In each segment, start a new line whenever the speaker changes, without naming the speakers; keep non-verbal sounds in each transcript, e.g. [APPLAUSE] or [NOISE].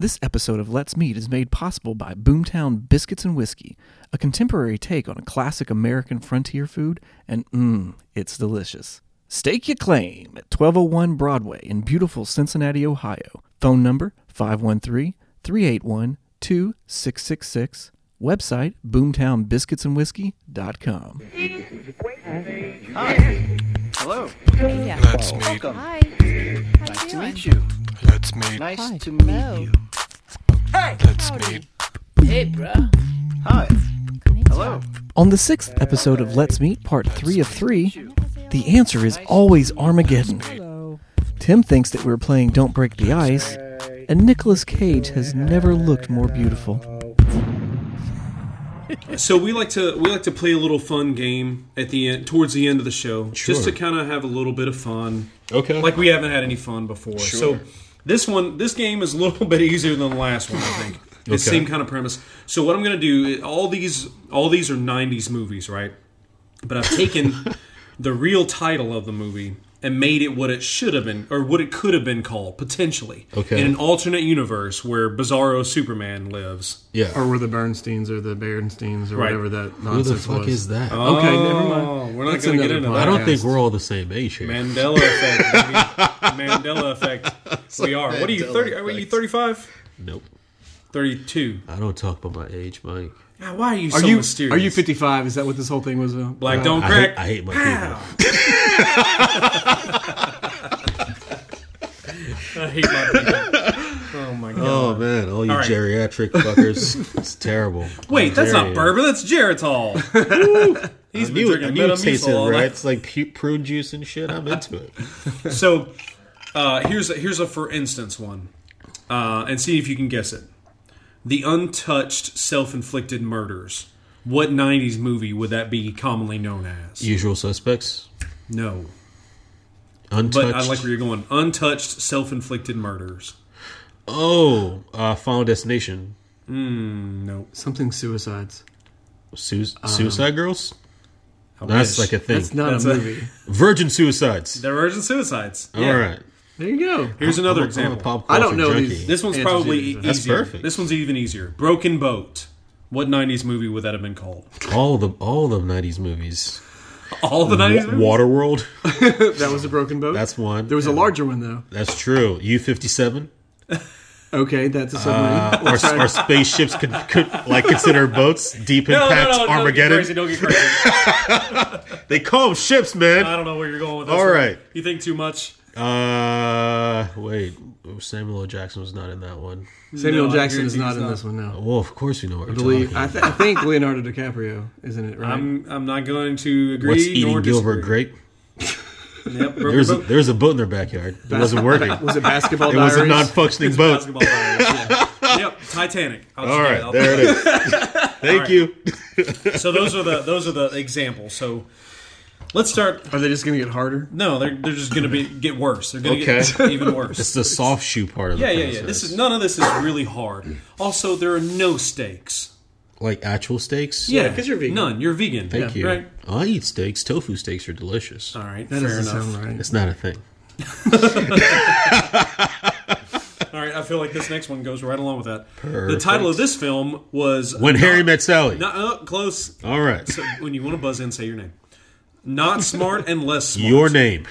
This episode of Let's Meet is made possible by Boomtown Biscuits and Whiskey, a contemporary take on a classic American frontier food, and mmm, it's delicious. Stake your claim at 1201 Broadway in beautiful Cincinnati, Ohio. Phone number 513 381 2666. Website boomtownbiscuitsandwhiskey.com.
Hello.
Let's meet.
Welcome.
Hi.
Nice
How
to
you
meet you.
Let's meet.
Nice
Hi.
to meet
Hello.
you.
Let's meet.
Hi.
doing?
Hello.
On the sixth episode of Let's Meet, part three of three, the answer is always Armageddon. Tim thinks that we're playing Don't Break the Ice, and Nicolas Cage has never looked more beautiful.
So we like to we like to play a little fun game at the end towards the end of the show just to kind of have a little bit of fun.
Okay.
Like we haven't had any fun before. So this one this game is a little [LAUGHS] bit easier than the last one, I think. It's the
Okay.
same kind of premise. So what I'm going to do all these all these are 90s movies, right? But I've taken
[LAUGHS]
the real title of the movie and made it what it should have been or what it could have been called potentially
Okay.
in an alternate universe where Bizarro Superman lives.
yeah.
or were the Bernsteins or the Berensteins or
Right.
whatever that
Who
nonsense
the fuck
was. Oh,
is that?
Okay,
Oh,
never mind.
we're not
That's
gonna get
another
into
podcast.
that.
I don't think we're all the same age here.
Mandela effect. baby.
[LAUGHS]
Mandela effect. We are. What are you?
Mandela
Thirty? Are you
effect.
thirty-five?
Nope.
Thirty-two.
I don't talk about my age, Mike.
God, why are you so
Are you
mysterious?
are you 55? Is that what this whole thing was? about?
Black don't
I hate,
crack.
I hate my people.
I hate my people.
[LAUGHS]
Oh my god.
Oh man, all you
All right. [LAUGHS]
geriatric fuckers. it's terrible.
Wait, that's not
Geriatric.
bourbon. That's
[LAUGHS]
Geritol. Woo. He's been
You, I
drinking
knew it
Metamucil
tasted
all
right.
night.
It's like pu- prune juice and shit. I'm into
[LAUGHS]
it.
So uh, here's a, here's a for instance one, uh, and see if you can guess it. The untouched self-inflicted murders. What '90s movie would that be commonly known as?
Usual suspects.
no,
Untouched.
but I like where you're going. Untouched self-inflicted murders.
oh, uh, Final Destination.
No,
Something suicides.
Su-
Um,
suicide Girls.
I
That's
wish.
like a thing.
That's not
That's
a
a-
movie.
Virgin suicides.
the virgin suicides. Yeah.
All right.
There you go.
Here's another
I'm a
example.
pop
I don't
culture
know
junkie.
these-
This one's
Answers
probably
either.
easier.
That's perfect.
This one's even easier. Broken Boat. What '90s movie would that have been called? [LAUGHS]
all the all the '90s movies.
All the '90s. movies?
Waterworld.
That was a broken boat.
That's one.
there was a larger one though.
That's true. U fifty seven.
Okay, that's
Uh,
a submarine.
Our
Let's try-
our spaceships could, could like consider boats deep
No, no,
impact
no, no,
Armageddon.
Don't get crazy. Don't get
[LAUGHS]
crazy.
they call them ships,
I
man.
don't know where you're going with this.
All
one.
right.
You think too much.
Uh, wait. Samuel L. Jackson was not in that one.
Samuel
No, I
Jackson
agree
is
with you,
not
he's
in
not.
this one. No,
Well, of course you know what
I
you're
believe
talking.
I, th- I think Leonardo DiCaprio, isn't it? Right?
[LAUGHS]
I'm I'm not going to agree.
What's
nor
eating Gilbert
disagree.
Grape?
Yep. Broken
There's a,
Boat.
there's a boat in their backyard. It wasn't working.
was it Basketball
It was a
Diaries?
non-functioning
It's
boat.
basketball players, yeah.
[LAUGHS]
Yep. Titanic. I'll just
All
do it. I'll-
right, there it
[LAUGHS]
is. Thank you.
So those are the those are the examples. So let's start.
Are they just going to get harder?
No, they're they're just going to be get worse. They're going to get [LAUGHS]
Okay.
even
It's
worse.
the soft shoe part of
Yeah,
the
yeah,
process.
yeah. This is none of this is really hard. Also, there are no steaks.
like actual steaks.
Yeah, 'cause you're vegan.
None. You're vegan.
Thank
Yeah,
you.
Right. Uh,
I eat steaks. Tofu steaks are delicious.
All right.
That
fair
doesn't
enough.
sound right.
It's not a thing.
uh, All right. I feel like this next one goes right along with that. The title of this film was
When Harry Met Sally.
Not uh, close.
All right.
So when you want to buzz in, say your name. Not smart and less smart.
Your name.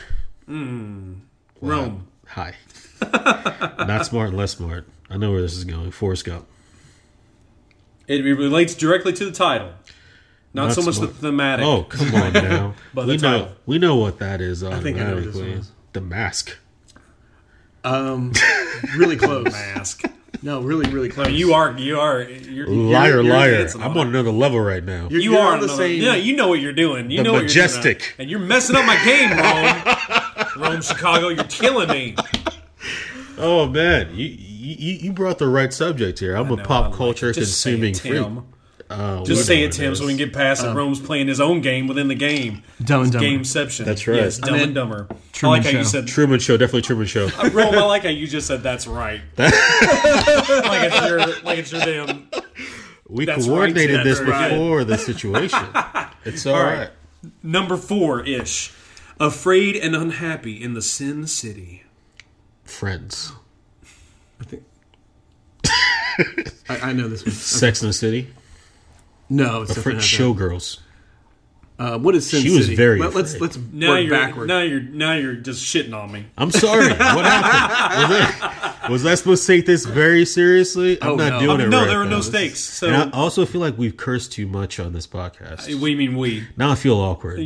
Rome.
Hi.
[LAUGHS]
Not smart, less smart. I know where this is going. Forrest Gump.
It relates directly to the title. Not,
Not
so much
smart.
the thematic.
Oh, come
[LAUGHS]
on now.
By the
we know
title.
we know what that is
think I know what this
automatically.
one is.
The mask.
Um, really close.
Mask.
No, really, really close.
I mean, you are you are you're, you're-
Liar,
you're
liar.
dancing
I'm
it.
on another level right now.
You're-
You
you're
are
on the
another-
same.
Yeah, you know what you're doing. You
The
know what you're doing.
majestic.
and you're messing up my
[LAUGHS]
game, Rome. Rome, Chicago, you're
[LAUGHS]
killing me.
oh man, you, you you brought the right subject here. I'm a
No, I
pop
like
culture
it. Just say
consuming
it,
freak.
Tim.
Uh,
Just say it,
whatever
Tim,
is.
so we can get past that Rome's playing his own game within the game.
Um, Dumb and Dumber.
Gameception.
That's right.
Yes, Dumb
meant
and Dumber. I
Truman
like how you
Show.
said
Truman Show, definitely
[LAUGHS]
Truman Show.
Rome, I like how you just said that's
[LAUGHS]
right. like it's your like it's your damn
We
That's
coordinated
right,
this
that's right.
before the situation.
[LAUGHS]
It's all
right.
right.
number four ish. Afraid and unhappy in the Sin City.
Friends.
I think- [LAUGHS] I, I know this one.
Sex in the City.
No, it's
The French
definitely not
showgirls.
that. Uh, what is Sin
She was
City?
very
Let, let's
afraid.
let's
Now
work
you're
backward.
now you're now you're just shitting on me.
I'm sorry. what happened? Was I, was I supposed to take this very seriously? I'm
Oh,
not
no.
doing it
no,
right
there are
now.
no
This is-
stakes. So
And I also feel like we've cursed too much on this
what
podcast.
do you mean we?
now I feel awkward.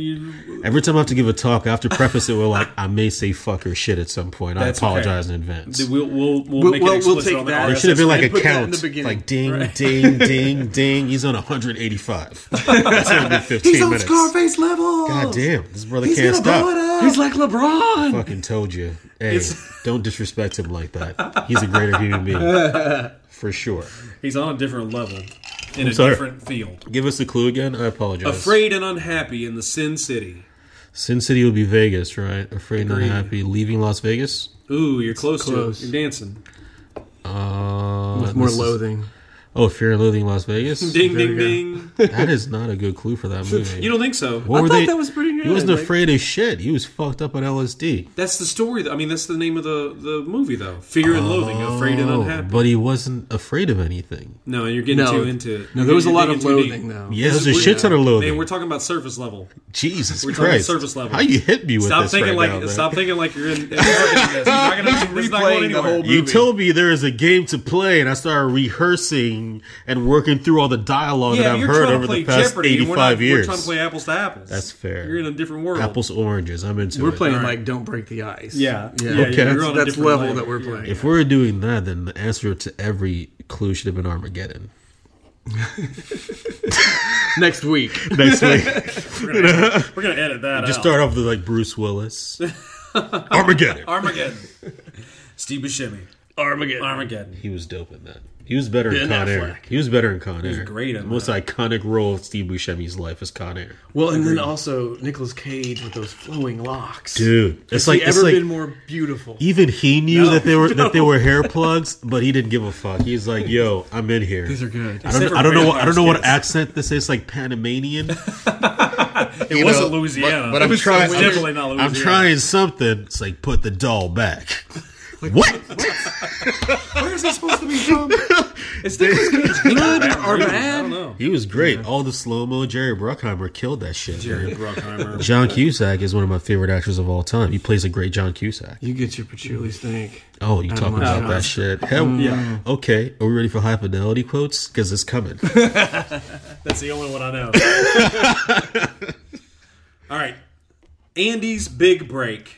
Every time I have to give a talk, I have to preface it with like, I may say fuck or shit at some point. I
That's okay.
apologize in advance.
We'll we'll, we'll,
We'll-
make
we'll-
it
we'll
explicit
take
on the
that.
Or it
RSS
should have been like
I
a
put that in
count,
the beginning.
like ding, ding, ding, ding. He's
[LAUGHS]
on 185. That's gonna be 15
He's on
minutes.
Scarface level.
God damn, this brother
He's
can't
gonna blow it up.
stop.
He's like LeBron.
Fucking told you. Hey, don't disrespect him like that. He's a greater human being,
[LAUGHS]
for sure.
He's on a different level in a
sorry.
different field.
Give us the clue again. I apologize.
Afraid and unhappy in the Sin City.
Sin City would be Vegas, right? Afraid and
Agreed.
unhappy, leaving Las Vegas.
Ooh, you're close,
Close.
to it. You're dancing.
Uh,
With more
this is-
loathing.
oh, Fear and Loathing
[LAUGHS]
Las Vegas.
Ding,
There
ding,
you
ding.
that is not a good clue
[LAUGHS]
for that movie.
You don't think so?
What
I
were
thought
they-
that was pretty good.
He wasn't
like-
afraid of shit. He was fucked up on LSD.
That's the story. That, I mean, that's the name of the, the movie, though. Fear and loathing, afraid and
Oh,
unhappy.
But he wasn't afraid of anything.
no, you're getting
No,
too into it.
no, there was a
You're
lot
digging
of
too deep.
loathing though.
Yeah, there's a
We're-
shit ton of loathing.
Man, we're talking about surface level.
Jesus
we're talking
Christ!
surface level.
How you hit me with
Stop
this
thinking like
right now, man?
stop thinking like you're in. in this. You're
[LAUGHS]
not gonna, this is not going
Replaying the
anywhere.
whole-
You
movie.
told me there is a game to play, and I started rehearsing and working through all the dialogue
Yeah,
that I've
you're
heard
trying
over
to play
the past
Jeopardy. and we're not-
eighty-five years.
We're trying to play apples to apples.
That's fair.
You're in a different world.
Apples to oranges. I'm into
We're
it.
playing like Don't Break the Ice.
Yeah.
yeah.
Yeah,
Okay.
you're on a
That's
different
level
level.
that we're
Yeah.
playing.
If we're doing that, then the answer to every clue should have been Armageddon. [LAUGHS]
Next week,
[LAUGHS]
Next week,
We're gonna edit that.
just
out.
start off with like
[LAUGHS]
Bruce Willis. Armageddon. [LAUGHS]
Armageddon. Steve Buscemi.
Armageddon.
Armageddon.
He was dope in that. He was better in
Ben
Con Air.
Affleck.
He was better in Con Air.
was great in
The most iconic role of Steve Buscemi's life is Con Air.
Well, and then also Nicolas Cage with those flowing locks.
Dude, it's
Has
like
he
it's
ever
like
been more beautiful?
even he knew that they were that they were hair plugs, but he didn't give a fuck. He's like, "Yo, I'm in here."
These are good.
I don't,
for
I don't know. What, I don't know what
vampires,
accent this is. Like Panamanian.
It wasn't Louisiana.
But I'm trying.
It's
I'm-
definitely not Louisiana.
I'm trying something. It's like put the doll back. what?
[LAUGHS] Where is it supposed to be from?
[LAUGHS]
Is this good or bad? I don't know.
He was great. All the slow mo. Jerry Bruckheimer killed that shit. man.
Bruckheimer.
John Cusack is one of my favorite actors of all time. He plays a great John Cusack.
You get your patchouli stink.
Oh, you talking
like
about
that.
that shit? Hell
Yeah.
Okay. Are we ready for high fidelity quotes? Because it's coming.
[LAUGHS]
[LAUGHS]
That's the only one I know.
[LAUGHS]
All right. Andy's big break.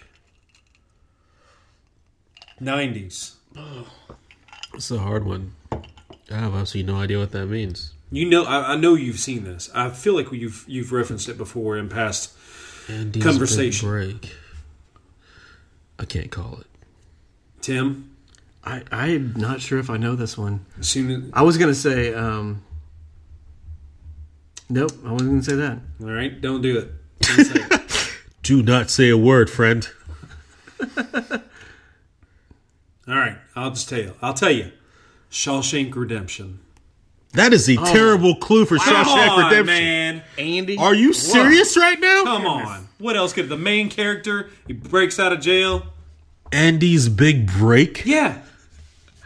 90s.
It's a hard one. I have absolutely no idea what that means.
You know, I, I know you've seen this. I feel like you've you've referenced it before in past.
Andy's
Conversation.
big break. I can't call it.
Tim,
I, I'm not sure if I know this one.
as soon
I was gonna say, um, nope. I wasn't gonna say that.
as, all right, don't do it. Don't say it.
Do not say a word, friend.
All right, I'll just tell you. I'll tell you. Shawshank Redemption.
That is a terrible clue for
Oh. Come
Shawshank
on,
Redemption.
man.
Andy,
Are you serious right now?
Come on. What else could the main character? He breaks out of jail.
Andy's big break.
Yeah. [LAUGHS]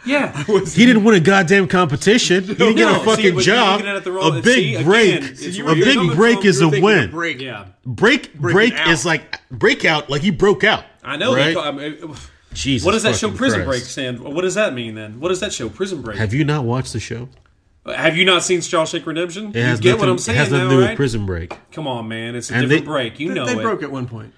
Yeah.
He didn't win a goddamn competition. He didn't
[LAUGHS]
get
No,
a
see,
fucking
but you're
job.
looking at it the wrong-
a
see,
big
again,
break.
it's
a
where you're coming
big break
from.
is
You're
a win.
break?
yeah.
Break break
out.
is like breakout. Like he broke out.
I know. they
Right?
call- I mean,
Jesus.
what does that show
fucking
Prison
Christ.
Break stand? What does that mean then? What does that show Prison Break? Have
Have you not watched the show?
you, not seen Shawshank Redemption?
It has
you get
nothing,
what I'm saying
it has nothing
now,
to do
right?
with Prison Break.
Come on, man. It's a
And
different
they-
break. You know
they
it.
broke at one point.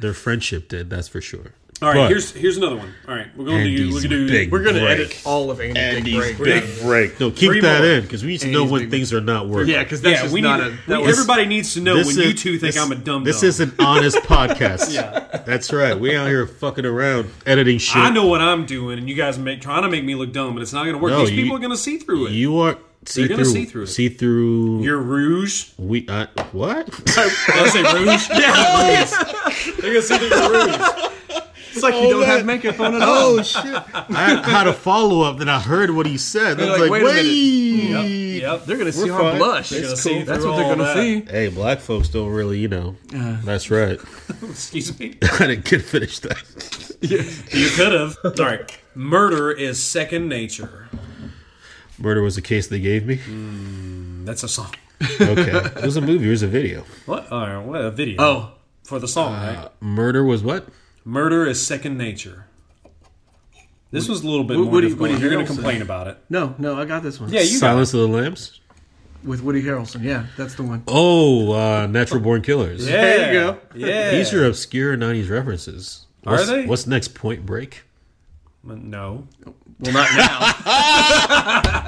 Their friendship did, that's for sure.
All right,
But
here's here's another one. All right, we're going to do
Andy's
we're going to do
big
We're gonna
break.
edit all of Andy's, big break.
break. No, keep
Three
that
more.
in because we need to know
Andy's
when
big
things are not working.
Yeah, because that's
Yeah,
just
we need.
not a.
we-
That was,
everybody needs to know when
This
you
is-
two think
this-
I'm a dumb.
This
dumb.
is an honest
[LAUGHS]
podcast. That's right. We out here fucking around editing shit.
I know what I'm doing, and you guys make trying to make me look dumb, but it's not going to work.
No,
These
you-
people are going to see through it.
You are see
You're
through,
gonna see through it.
See through.
You're
[LAUGHS]
rouge.
we uh, what?
Did I say rouge? [LAUGHS] yeah,
[LAUGHS]
rouge. They're going to see through your rouge.
it's like you don't have makeup on at all.
[LAUGHS] oh shit! I had a follow up, then I heard what he said. I
like,
was like,
wait a minute.
wait.
see.
Yep.
They're gonna see
We're
our
fine.
blush.
They're gonna
That's
see through
what they're
all
gonna
that.
see.
Hey, black folks don't really, you know. That's right. [LAUGHS]
Excuse me.
I didn't get finished that.
You could have. All right. Murder is second nature.
Murder was the case they gave me.
That's a song.
Mm. Okay, it was a movie. It was a video.
What? All right, what a video.
Oh,
For the song, right?
Murder was what?
Murder is second nature. This was a little bit
Wo-
more
Woody-
difficult.
Woody
You're going
Harrelson.
to complain about it.
no, no, I got this one.
Yeah, you got
Silence of the Lambs.
With Woody Harrelson. Yeah, that's the one.
Oh, uh, Natural Born Killers.
it. Yeah.
There you go.
Yeah.
These are obscure '90s references.
Are
What's,
they?
What's next? Point Break.
No.
Well, not now.
[LAUGHS]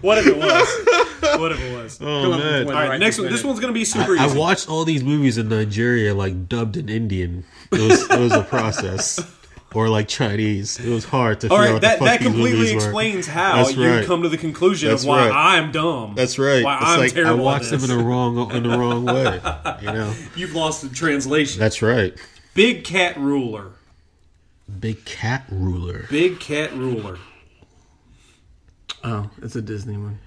What if it was? what if it was? All
Oh
one. Right,
right, next
just
one. This
minute.
one's going to be super
I
easy.
watched all these movies in Nigeria, like dubbed in Indian. It was, it
[LAUGHS]
was a process, or like Chinese. It was hard to.
All
figure
right,
out what
that,
the fuck
that
these
completely
movies were.
explains how
That's
you
right.
come to the conclusion
That's
of why
right.
I'm dumb.
That's right.
Why
it's
I'm
like I
terrible.
watched
at
them
this.
in the wrong in the wrong way.
[LAUGHS]
You know.
You've lost the translation.
That's right.
Big cat ruler.
Big cat ruler.
Big cat ruler.
oh, it's a Disney one.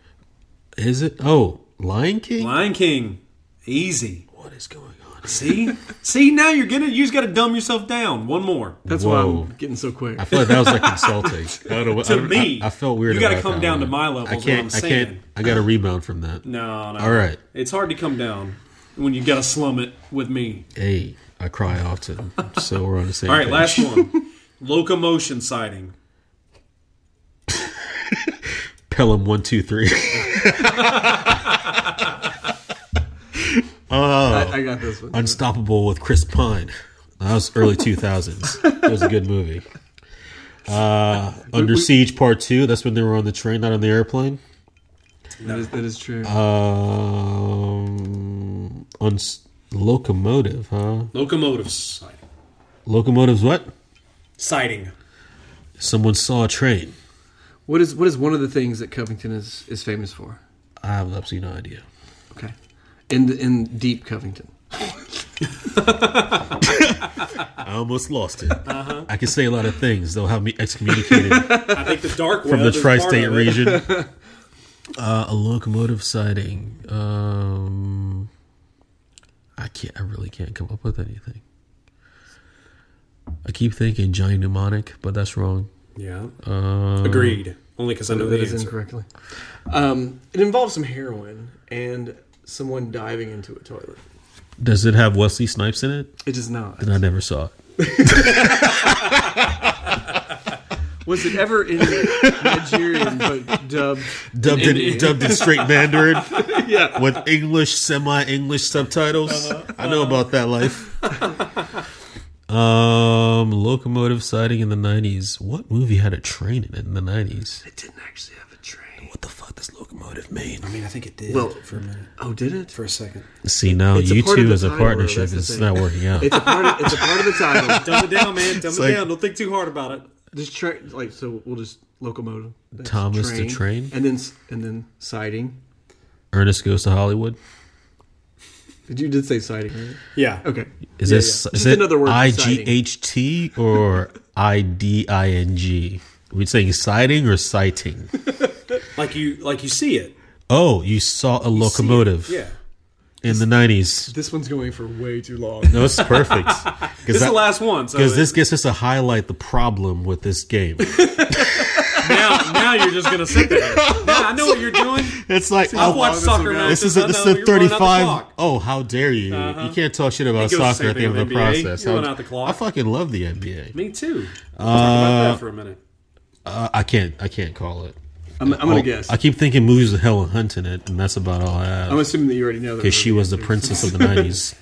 Is it? Oh, Lion King.
Lion King. Easy.
What is going on?
See? See, now you're gonna you just gotta dumb yourself down. One more.
That's
Whoa.
why I'm getting so quick.
I feel like that was like insulting. I don't know. what- I
To
don't-
me,
I, I felt weird.
you gotta
about
come
that
down
one.
to my level,
I
is what
can't.
I'm
I can't.
saying.
I got to rebound from that.
No, no.
All right.
It's hard to come down when you gotta slum it with me.
Hey, I cry often, so [LAUGHS] we're on the same.
Alright,
page.
last one. Locomotion sighting.
Pelham one two three. [LAUGHS]
I, I got this one.
Unstoppable with Chris Pine. That was early two thousands. It was a good movie. Uh, Under Siege Part Two. That's when they were on the train, not on the airplane.
That is, that is true.
Um, on s- locomotive, huh?
Locomotive sighting.
Locomotives. What?
Sighting.
Someone saw a train.
what is what is one of the things that Covington is, is famous for?
I have absolutely no idea.
Okay, in the, in deep Covington.
I almost lost it. I can say a lot of things. They'll have me excommunicated from
I think the dark web
the
is part of
tri-state
it.
region.
[LAUGHS]
Uh, a locomotive sighting. Um, I can't. I really can't come up with anything. I keep thinking giant mnemonic, but that's wrong.
Yeah.
Um,
Agreed. Only because I know
That
the
is
answer.
incorrectly. Um, it involves some heroin and someone diving into a toilet.
Does it have Wesley Snipes in it?
It is not.
And I never saw it.
[LAUGHS] Was it ever in Nigerian but dubbed?
dubbed in, dubbed in
[LAUGHS]
straight Mandarin
Yeah.
with English, semi English subtitles.
Uh-huh.
I know about that life. Um, locomotive sighting in the nineties. What movie had a train in it in the nineties?
It didn't actually have a train.
What the fuck does locomotive mean?
I mean, I think it did
Well-
for a minute.
Oh, did it?
For a second.
See now,
It's a
you
part of
two
the
as a
time warp,
partnership
that's the
is
thing.
not working out.
It's a part. Of, it's a part of
[LAUGHS]
the title.
[LAUGHS] Dumb it down, man. Dumb it
like-
down. Don't think too hard about it.
This train, like, so we'll just locomotive. that's
Thomas the Train?
and then s- and then siding.
Ernest goes to Hollywood.
Did you did say siding? Right?
Yeah.
Okay.
Is
Yeah,
this
yeah.
is
Just
it
another word for
I G
siding.
H T or I D I N G? We saying sighting or sighting?
Like you like you see it.
Oh, you saw a locomotive
Yeah.
in the nineties.
This one's going for way too long.
No, it's
[LAUGHS]
perfect.
This is the last one. So
Because this gets us to highlight the problem with
[LAUGHS]
this game.
now, now you're just gonna sit
[LAUGHS]
there. Now I know what you're doing.
It's like,
I've
oh,
watched soccer matches.
this is a,
I
this is
know
a
you're running out the
35.
clock.
Oh, how dare you? You can't talk shit
It goes
about
the
soccer
same
at the
thing
end of
with
the
NBA.
process.
You're
I-
running out the clock.
I fucking love the NBA.
Me too. We'll talk about that for a minute.
Uh, I can't I can't call it.
I'm, I'm gonna
Oh,
guess.
I keep thinking movies with Helen Hunt in it, and that's about all I
I'm
have.
assuming that you already know that.
Because she was the princess of the 90s.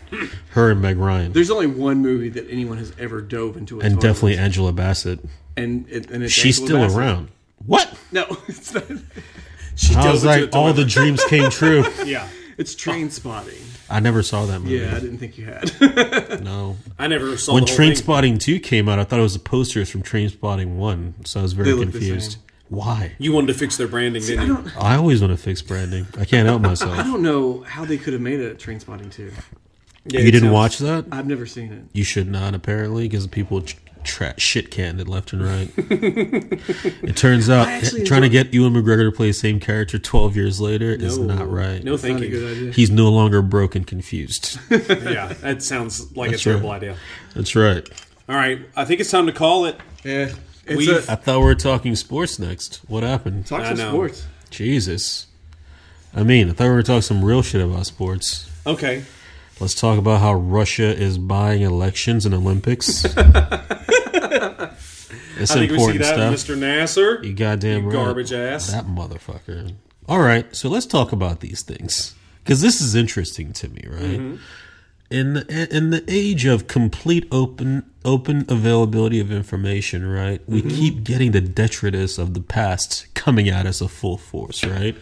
Her and Meg Ryan.
There's only one movie that anyone has ever dove into a
and
toilet.
definitely Angela Bassett.
and it, and it's
She's
Angela
still
Bassett.
around. What?
No, [LAUGHS] it's not.
I
dove
was
into a
like, oh. all the dreams came true.
Yeah.
It's train spotting.
I never saw that movie.
Yeah, I didn't think you had. [LAUGHS]
No.
I never saw
When
the whole
Train
thing.
Spotting 2 came out, I thought it was the posters from Train Spotting 1, so I was very
They look the
confused.
same.
Why?
You wanted to fix their branding, didn't you?
I always want to fix branding. I can't help
[LAUGHS]
I
myself.
don't know how they could have made a train spotting too.
Yeah,
you
it
didn't
sounds-
watch that?
I've never seen it.
You should not, apparently, because people ch- tra- shit canned left
[LAUGHS]
and right. it turns out
actually
trying to get Ewan McGregor to play the same character 12 years later is
No.
not right.
No, thank
Not a
you.
good idea.
He's no longer broke
[LAUGHS]
and confused.
yeah, that sounds like
That's
a terrible
right.
idea.
That's right.
All right, I think it's time to call it.
Yeah. It's
We've-
I thought we were talking sports next. What happened?
talk
I
some
know.
sports.
Jesus. I mean, I thought we were talking some real shit about sports.
Okay,
Let's talk about how Russia is buying elections and
[LAUGHS]
Olympics. it's
I think we see
important
that,
stuff.
Mr. Nasser.
You goddamn
You
right.
garbage ass.
That motherfucker. All right, so let's talk about these things because this is interesting to me, right?
Mm-hmm.
In the, in the age of complete open open availability of information, right? We
Mm-hmm.
keep getting the detritus of the past coming at us of full force, right?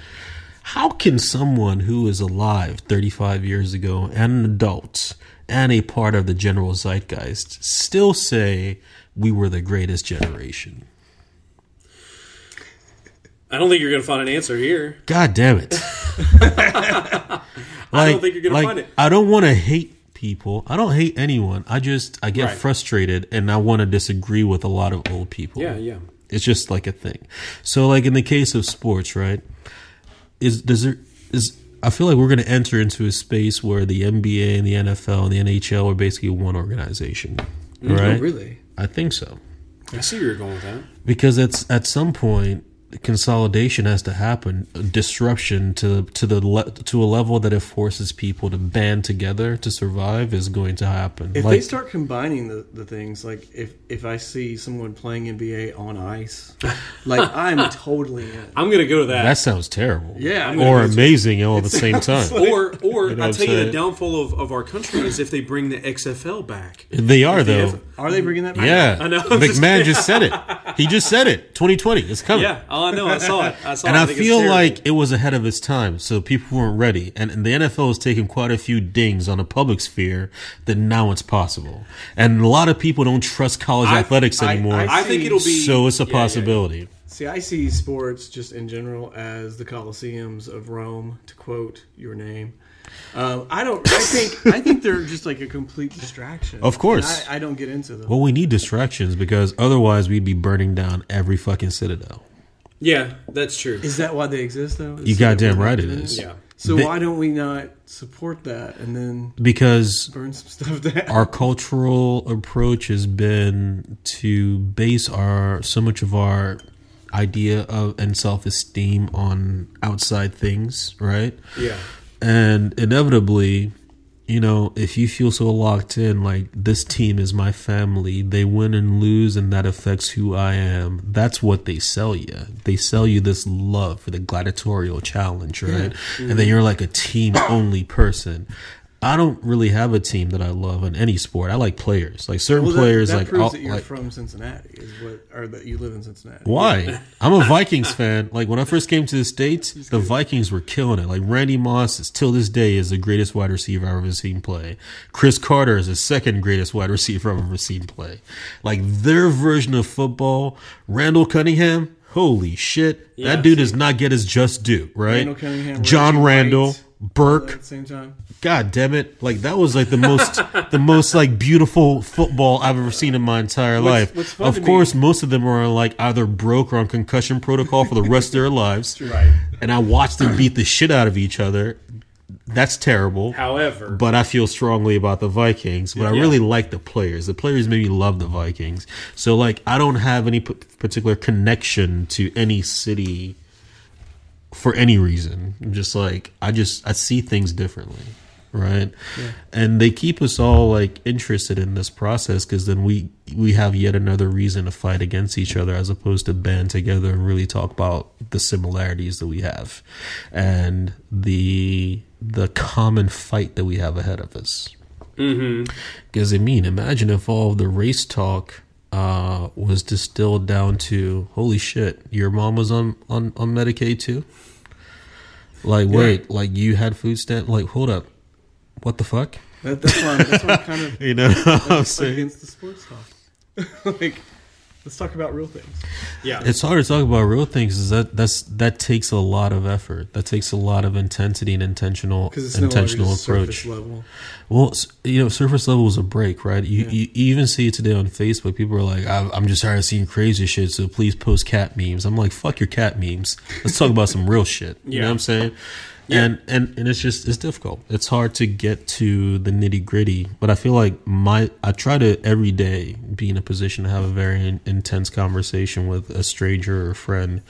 How can someone who is alive 35 years ago and an adult and a part of the general zeitgeist still say we were the greatest generation?
I don't think you're going to find an answer here.
God
[LAUGHS]
damn it.
I don't think you're gonna
like,
find it.
I don't want to hate people. I don't hate anyone. I just I get
Right.
frustrated and I want to disagree with a lot of old people.
Yeah, yeah.
It's just like a thing. So like in the case of sports, right? Is does there is I feel like we're going to enter into a space where the NBA and the NFL and the NHL are basically one organization. Right?
Really?
I think so
I see where you're going with that.
because it's at some point consolidation has to happen disruption to to the le- to a level that it forces people to band together to survive is going to happen
If
like
they start combining the, the things, like if, if I see someone playing NBA on ice, like I'm totally in.
I'm going to go to that.
that sounds terrible
Yeah, I'm gonna
or
go to-
amazing all at the same
[LAUGHS]
time
or, or
[LAUGHS] You know
I tell you, the
what I'm saying?
downfall of, of our country is if they bring the XFL back.
[LAUGHS] they are though
Are they bringing that back?
yeah
I know.
mcmahon just said it he just said it 2020 it's coming
Yeah, oh, I know. I saw it. I saw
and
it.
I,
think it's
feel
terrible.
like it was ahead of its time, so people weren't ready. And, and the NFL has taken quite a few dings on the public sphere that now it's possible. And a lot of people don't trust college
I-
athletics
I-
anymore,
I think it'll be
so it's a
yeah, yeah, yeah.
possibility.
See, I see sports just in general as the Colosseums of Rome, to quote your name. Um, I don't. I think. I think they're just like a complete distraction.
Of course.
And I, I don't get into them.
Well, we need distractions because otherwise we'd be burning down every fucking citadel.
Yeah, that's true.
Is that why they exist, though? Is
You
so that
goddamn
we're not
right it
doing
is.
Yeah.
So
They-
why don't we not support that and then
Because
burn some stuff down?
our cultural approach has been to base our so much of our idea of and self-esteem on outside things, right?
Yeah.
and inevitably you know if you feel so locked in like this team is my family they win and lose and that affects who i am that's what they sell you they sell you this love for the gladiatorial challenge right
Mm-hmm.
and then you're like a team only person I don't really have a team that I love in any sport. I like players, like certain
Well, that,
players.
that
like
proves
I'll-
that you're
like-
from Cincinnati, is what, or that you live in Cincinnati. [LAUGHS]
why? I'm a Vikings fan. Like when I first came to the States, the Vikings were killing it. Like Randy Moss is till this day is the greatest wide receiver I've ever seen play. Chris Carter is the second greatest wide receiver I've ever seen play. Like their version of football, Randall Cunningham, holy shit. that dude does not get his just due, right?
Randall Cunningham,
John
Reggie White,
Randall, Burke,
At the same time,
God damn it! Like that was like the most, the most like beautiful football I've ever seen in my entire life.
what's fun to
of
me-
course, most of them are on like either broke or on concussion protocol for the rest of their lives.
Right.
And I watched them beat the shit out of each other. That's terrible.
However,
But I feel strongly about the Vikings. But I really like the players. The players made me love the Vikings. So like I don't have any p- particular connection to any city for any reason. I'm just like I just I see things differently, right? And they keep us all like interested in this process because then we we have yet another reason to fight against each other as opposed to band together and really talk about the similarities that we have and the the common fight that we have ahead of us. Because I mean, imagine if all of the race talk uh, was distilled down to holy shit, your mom was on on, on Medicaid too. Like wait, like you had food stamp. Like hold up, what the fuck?
[LAUGHS] that, that's why. I'm- That's why I'm kind of
You know what [LAUGHS] I'm
like,
saying?
against the sports talk. [LAUGHS] like Let's talk about real things.
Yeah.
It's hard to talk about real things. Is that that's that takes a lot of effort. That takes a lot of intensity and intentional
Because it's
intentional
no longer just
approach.
surface level.
Well, s- you know, surface level is a break, right? You,
Yeah.
you even see it today on Facebook. People are like, "I'm I'm just tired of seeing crazy shit, so please post cat memes." I'm like, "Fuck your cat memes. Let's talk about some real shit." You know
Yeah.
what I'm saying? And and and it's just it's difficult. It's hard to get to the nitty gritty. But I feel like my I try to every day be in a position to have a very in- intense conversation with a stranger or a friend.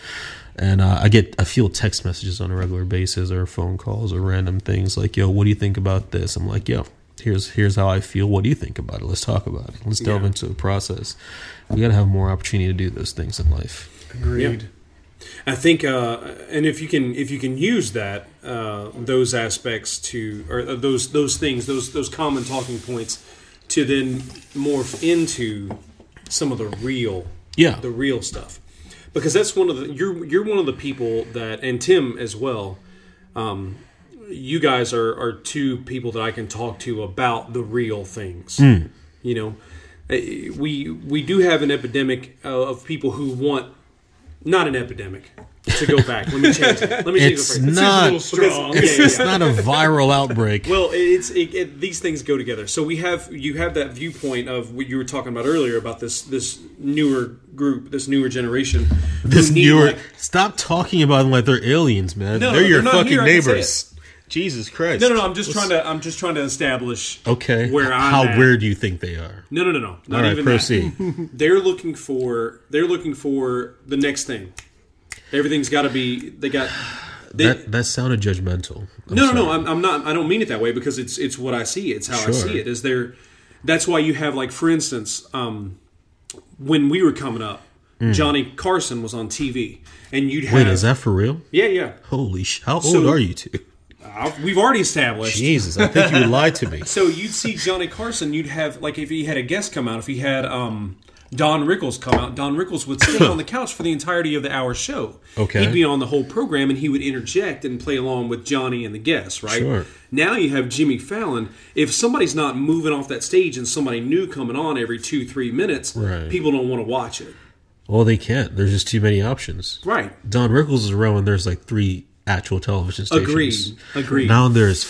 And uh, I get I feel text messages on a regular basis or phone calls or random things like, "Yo, what do you think about this?" I'm like, "Yo." Here's here's how I feel. What do you think about it? Let's talk about it. Let's delve
Yeah.
into the process. We gotta have more opportunity to do those things in life.
Agreed.
I think, uh, and if you can, if you can use that, uh, those aspects to, or uh, those those things, those those common talking points, to then morph into some of the real,
Yeah.
the real stuff, because that's one of the you're you're one of the people that, and Tim as well. Um, you guys are are two people that I can talk to about the real things. You know, Eh, we we do have an epidemic uh, of people who want not an epidemic. To go back, let me change. It. Let me change
It's
the phrase.
not-
Seems a little strong.
Yeah, yeah,
it's
yeah.
not a viral outbreak.
Well, it- it's it, it, these things go together. So we have you have that viewpoint of what you were talking about earlier about this this newer group, this newer generation. who
this
need,
newer.
like-
stop talking about them like they're aliens, man.
No,
they're
no,
your
they're not
fucking
here, I can say
neighbors. Jesus Christ.
no, no, no. I'm just trying to I'm just trying to establish
Okay.
where I'm
How
at.
weird do you think they are?
No, no, no, no. Not
All right,
even that.
proceed.
They're looking for they're looking for the next thing. Everything's got to be they
[SIGHS]
got. [LAUGHS] They,
that that sounded judgmental. I'm
no, no, no.
sorry.
I'm, I'm not. I don't mean it that way because it's it's what I see. It's how
Sure.
I see it. Is there? That's why you have like, for instance, um, when we were coming up, Johnny Carson was on TV, and you'd have
Hmm. Wait, is that for real?
yeah, yeah.
Holy sh! How
So-
old are you two?
Uh, we've already established.
Jesus, I [LAUGHS] think you lied to me.
So you'd see Johnny Carson. You'd have like if he had a guest come out, if he had um, Don Rickles come out, Don Rickles would stay
[LAUGHS]
on the couch for the entirety of the hour show.
Okay.
he'd be on the whole program and he would interject and play along with Johnny and the guests. Right
Sure.
now, you have Jimmy Fallon. If somebody's not moving off that stage and somebody new coming on every two three minutes,
Right.
people don't want to watch it.
Well, they can't. There's just too many options.
Right.
Don Rickles is around when there's like three actual television stations.
Agreed. Agreed.
Now there's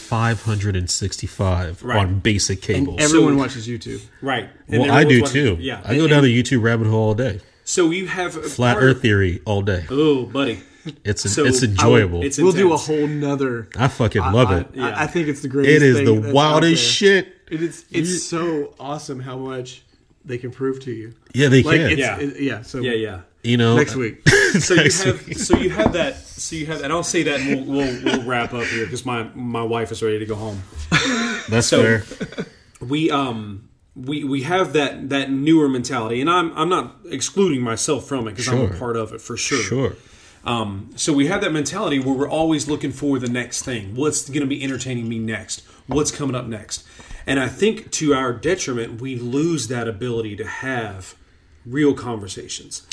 565
Right.
on basic cable.
Everyone
So-
watches YouTube.
Right. And
well, I do
everyone's
too.
watching- Yeah.
I go down the YouTube rabbit hole all day.
so you have a
Flat
part-
Earth theory all day.
Oh, buddy.
It's
So
it's
I would-
enjoyable.
it's
We'll do a
intense.
whole nother.
I fucking love
I,
it.
I-
Yeah.
I think it's the greatest.
It is
thing
the
that's out
wildest
there.
shit.
It is. It's so awesome how much they can prove to you.
Yeah, they
Like
can.
it's,
Yeah.
yeah. It, yeah. So
Yeah, yeah.
you know,
next
[LAUGHS]
week.
so you have so you have that so you have and I'll say that and we'll, we'll, we'll wrap up here because my my wife is ready to go home.
that's
so-
fair.
We um we we have that that newer mentality and I'm I'm not excluding myself from it because I'm
Sure.
a part of it for sure.
Sure.
Um, so we have that mentality where we're always looking for the next thing. What's going to be entertaining me next? What's coming up next? And I think to our detriment, we lose that ability to have real conversations,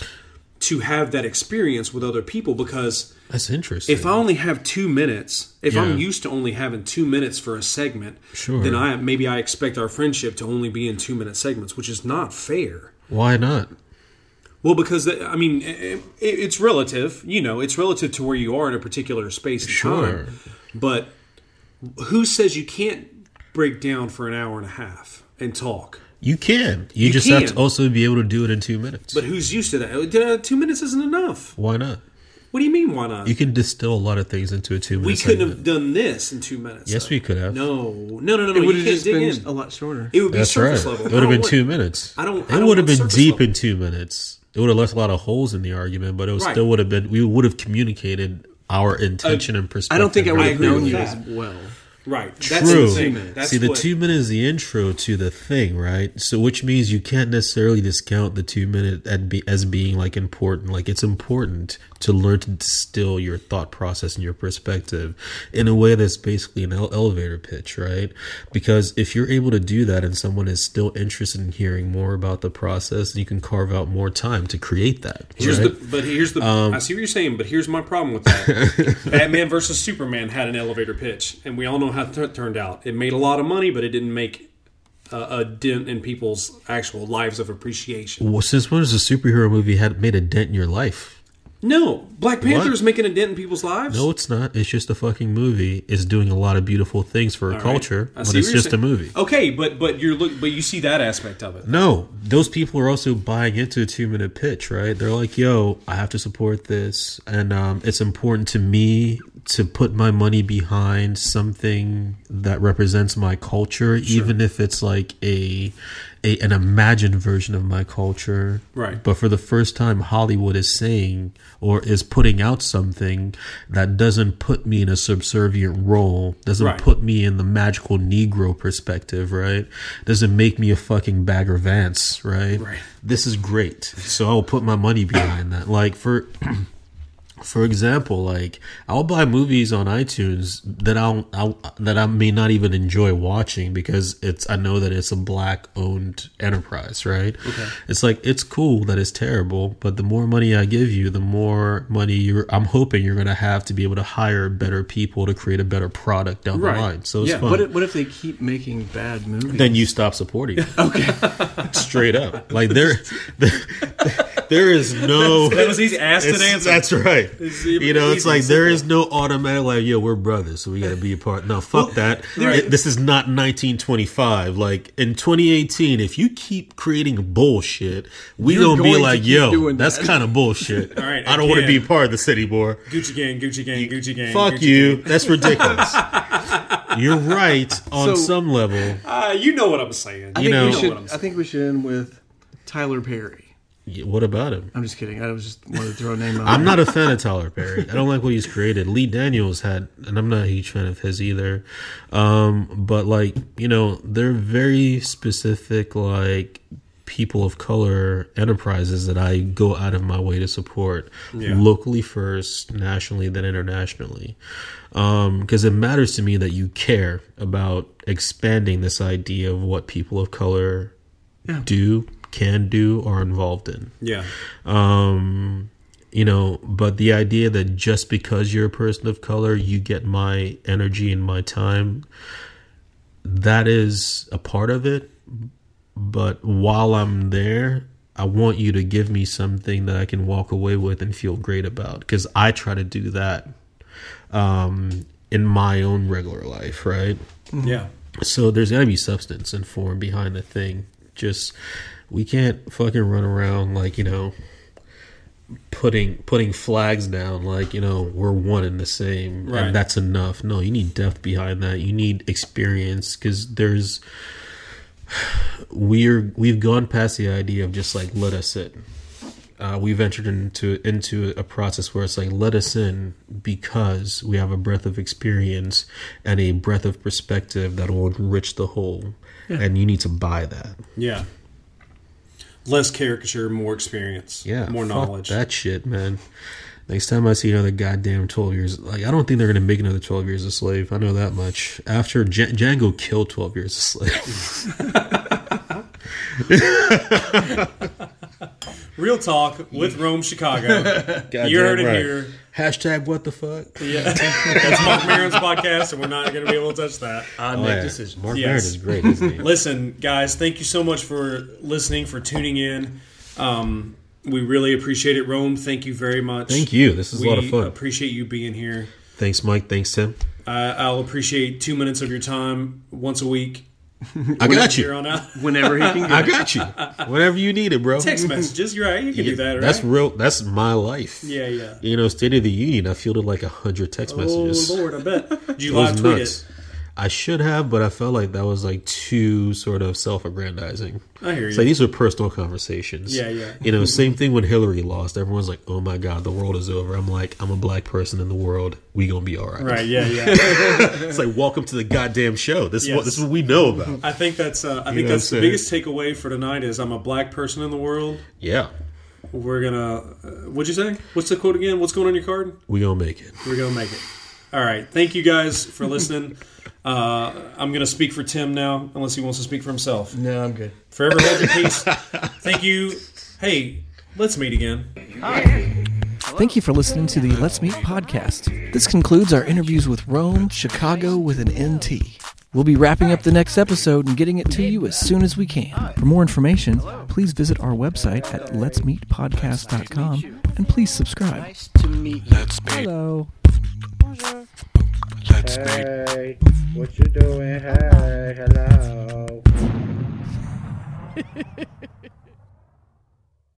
to have that experience with other people because
That's interesting.
if I only have two minutes, if I'm
Yeah.
used to only having two minutes for a segment,
Sure.
then I maybe I expect our friendship to only be in two minute segments, which is not fair.
Why not?
Well, because that, I mean, it, it, it's relative. You know, it's relative to where you are in a particular space and
Sure.
time. But who says you can't break down for an hour and a half and talk?
You can. You,
You
just have
can.
to also be able to do it in two minutes.
But who's used to that? Uh, two minutes isn't enough.
Why not?
What do you mean? Why not?
You can distill a lot of things into a two minute.
we couldn't have
segment.
done this in two minutes.
Yes, we could have.
No, no, no, no. no.
It
You
would have
can't
just
dig
been
in.
a lot shorter.
It would be
That's right.
surface level.
It would
I
have been
don't
two
want-
minutes.
I don't- I
It
don't
would have
want
been
surface
deep
level.
in two minutes. It would have left a lot of holes in the argument, but it would
Right.
still would have been. We would have communicated our intention and
I
perspective.
don't think I would have
agree
known
with
you
that.
as well.
Right. That's
True.
the thing. That's
See, the
what-
two minutes is the intro to the thing, right? So, which means you can't necessarily discount the two minute at be, as being like important. Like, it's important to learn to distill your thought process and your perspective in a way that's basically an ele- elevator pitch, right? Because if you're able to do that and someone is still interested in hearing more about the process, then you can carve out more time to create that.
Here's
right? Um,
the but here's the I see what you're saying, but here's my problem with that.
[LAUGHS]
Batman versus Superman had an elevator pitch, and we all know how it tur- turned out. It made a lot of money, but it didn't make uh, a dent in people's actual lives of appreciation.
Well, since when has a superhero movie had made a dent in your life?
No, Black Panther is making a dent in people's lives.
No, it's not. It's just a fucking movie. It's doing a lot of beautiful things for a culture,
I
but
see
it's
what you're
just a
saying. Oh.
movie.
Okay, but but you're look, but you see that aspect of it.
No, those people are also buying into a two minute pitch, right? They're like, yo, I have to support this. And um, it's important to me to put my money behind something that represents my culture, even if it's like a, a an imagined version of my culture.
Right.
But for the first time, Hollywood is saying or is putting out something that doesn't put me in a subservient role, doesn't
Right.
put me in the magical Negro perspective, right? Doesn't make me a fucking bagger Vance, right?
Right.
This is great. So I'll put my money behind that. Like for for example, like I'll buy movies on iTunes that I'll, I'll that I may not even enjoy watching because it's I know that it's a black owned enterprise, right? Okay. It's like it's cool that it's terrible, but the more money I give you, the more money you're I'm hoping you're going to have to be able to hire better people to create a better product down
Right.
the line. So it's
Yeah.
fun.
What if, what if they keep making bad movies?
then you stop
[LAUGHS]
supporting. it. okay. Straight up. Like there there is
[LAUGHS]
no
That was easy. Ass and
it's-
answer.
That's right.
It's even
you know, it's
easy,
like
simple.
there is no automatic like, yo, we're brothers, so we got to be apart. No, fuck that. It- this is not 1925. Like in 2018, if you keep creating bullshit, we
You're
gonna be
going to
like,
keep
yo,
doing
that's
that."
kind of
[LAUGHS]
bullshit.
All right,
I don't want to
again.
be part of the city, boy.
Gucci gang, Gucci gang, Gucci gang.
Fuck
Gucci
[LAUGHS] you.
gang. [LAUGHS]
That's ridiculous. You're right
So-
on some level.
Uh, you know what I'm saying.
I
you
think
know-
we
You know
should.
what I'm
I think we should end with Tyler Perry.
Yeah, What about him?
I'm just kidding. I was just wanted to throw a name out.
I'm
there.
not a fan of Tyler Perry. I don't like what he's created. Lee Daniels had, and I'm not a huge fan of his either. Um, but like you know, they're very specific, like people of color enterprises that I go out of my way to support locally first, nationally, then internationally, because it matters to me that you care about expanding this idea of what people of color do, can do, are involved in
Yeah.
um you know but the idea that just because you're a person of color you get my energy and my time that is a part of it but while i'm there i want you to give me something that i can walk away with and feel great about because i try to do that um in my own regular life right
Mm-hmm.
Yeah.
so there's got to be substance and form behind the thing. Just we can't fucking run around like you know putting putting flags down like you know we're one and the same
Right.
and that's enough. No, you need depth behind that. You need experience because there's [SIGHS] we're we've gone past the idea of just like let us in. Uh, we've entered into into a process where it's like let us in because we have a breadth of experience and a breadth of perspective that will enrich the whole, and you need to buy that.
Yeah. Less caricature, more experience.
Yeah,
More
fuck
knowledge.
That shit, man. Next time I see another goddamn twelve years, like I don't think they're gonna make another twelve years a slave. I know that much. After J- Django killed twelve years a
[LAUGHS]
slave,
Real talk with Rome,
[LAUGHS]
Chicago.
Goddamn
you heard it
right.
here.
Hashtag what the fuck?
Yeah. That's Mark Maron's podcast, and we're not going to be able to touch that.
I
Oh,
make
yeah.
decisions.
Mark
Yes.
Maron is great, isn't
[LAUGHS]
he?
Listen, guys, thank you so much for listening, for tuning in. Um, we really appreciate it. Rome, thank you very much.
Thank you. This is
We
a lot of fun.
appreciate you being here.
Thanks, Mike. Thanks, Tim.
I I'll appreciate two minutes of your time once a week.
I got
Here
you.
on out. [LAUGHS]
Whenever he can
[LAUGHS] I
get. it.
got you. Whenever you need it, bro.
Text messages, you're right. You can do that, right?
That's real. That's my life.
yeah, yeah.
You know, State of the Union. I fielded like a hundred text messages.
Oh Lord, I bet. Did [LAUGHS] you
It was
live tweet
nuts.
it?
I should have, but I felt like that was like too sort of self-aggrandizing.
I hear
It's
you.
like these were personal conversations.
Yeah, yeah.
You know, same thing when Hillary lost. Everyone's like, "Oh my God, the world is over." I'm like, "I'm a black person in the world. We gonna be all right."
Right, yeah, yeah.
It's like, "Welcome to the goddamn show. This is what
Yes.
this is what we know about."
I think that's uh, I think
know
that's
what
the
I'm
biggest takeaway for tonight is I'm a black person in the world.
Yeah,
We're gonna. Uh, what'd you say? What's the quote again? What's going on your card?
we gonna make it.
We're gonna make it. All right. Thank you guys for listening. Uh, I'm gonna speak for Tim now, unless he wants to speak for himself.
No, I'm good.
Forever hold your peace. Thank you. Hey, let's meet again.
Thank you for listening to the Let's Meet podcast. This concludes our interviews with Rome, Chicago with an NT. We'll be wrapping up the next episode and getting it to you as soon as we can. For more information, please visit our website at letsmeetpodcast.com and please subscribe.
Nice to meet you.
Let's meet.
Hello.
Let's meet.
Hey, what you doing? Hey, hello.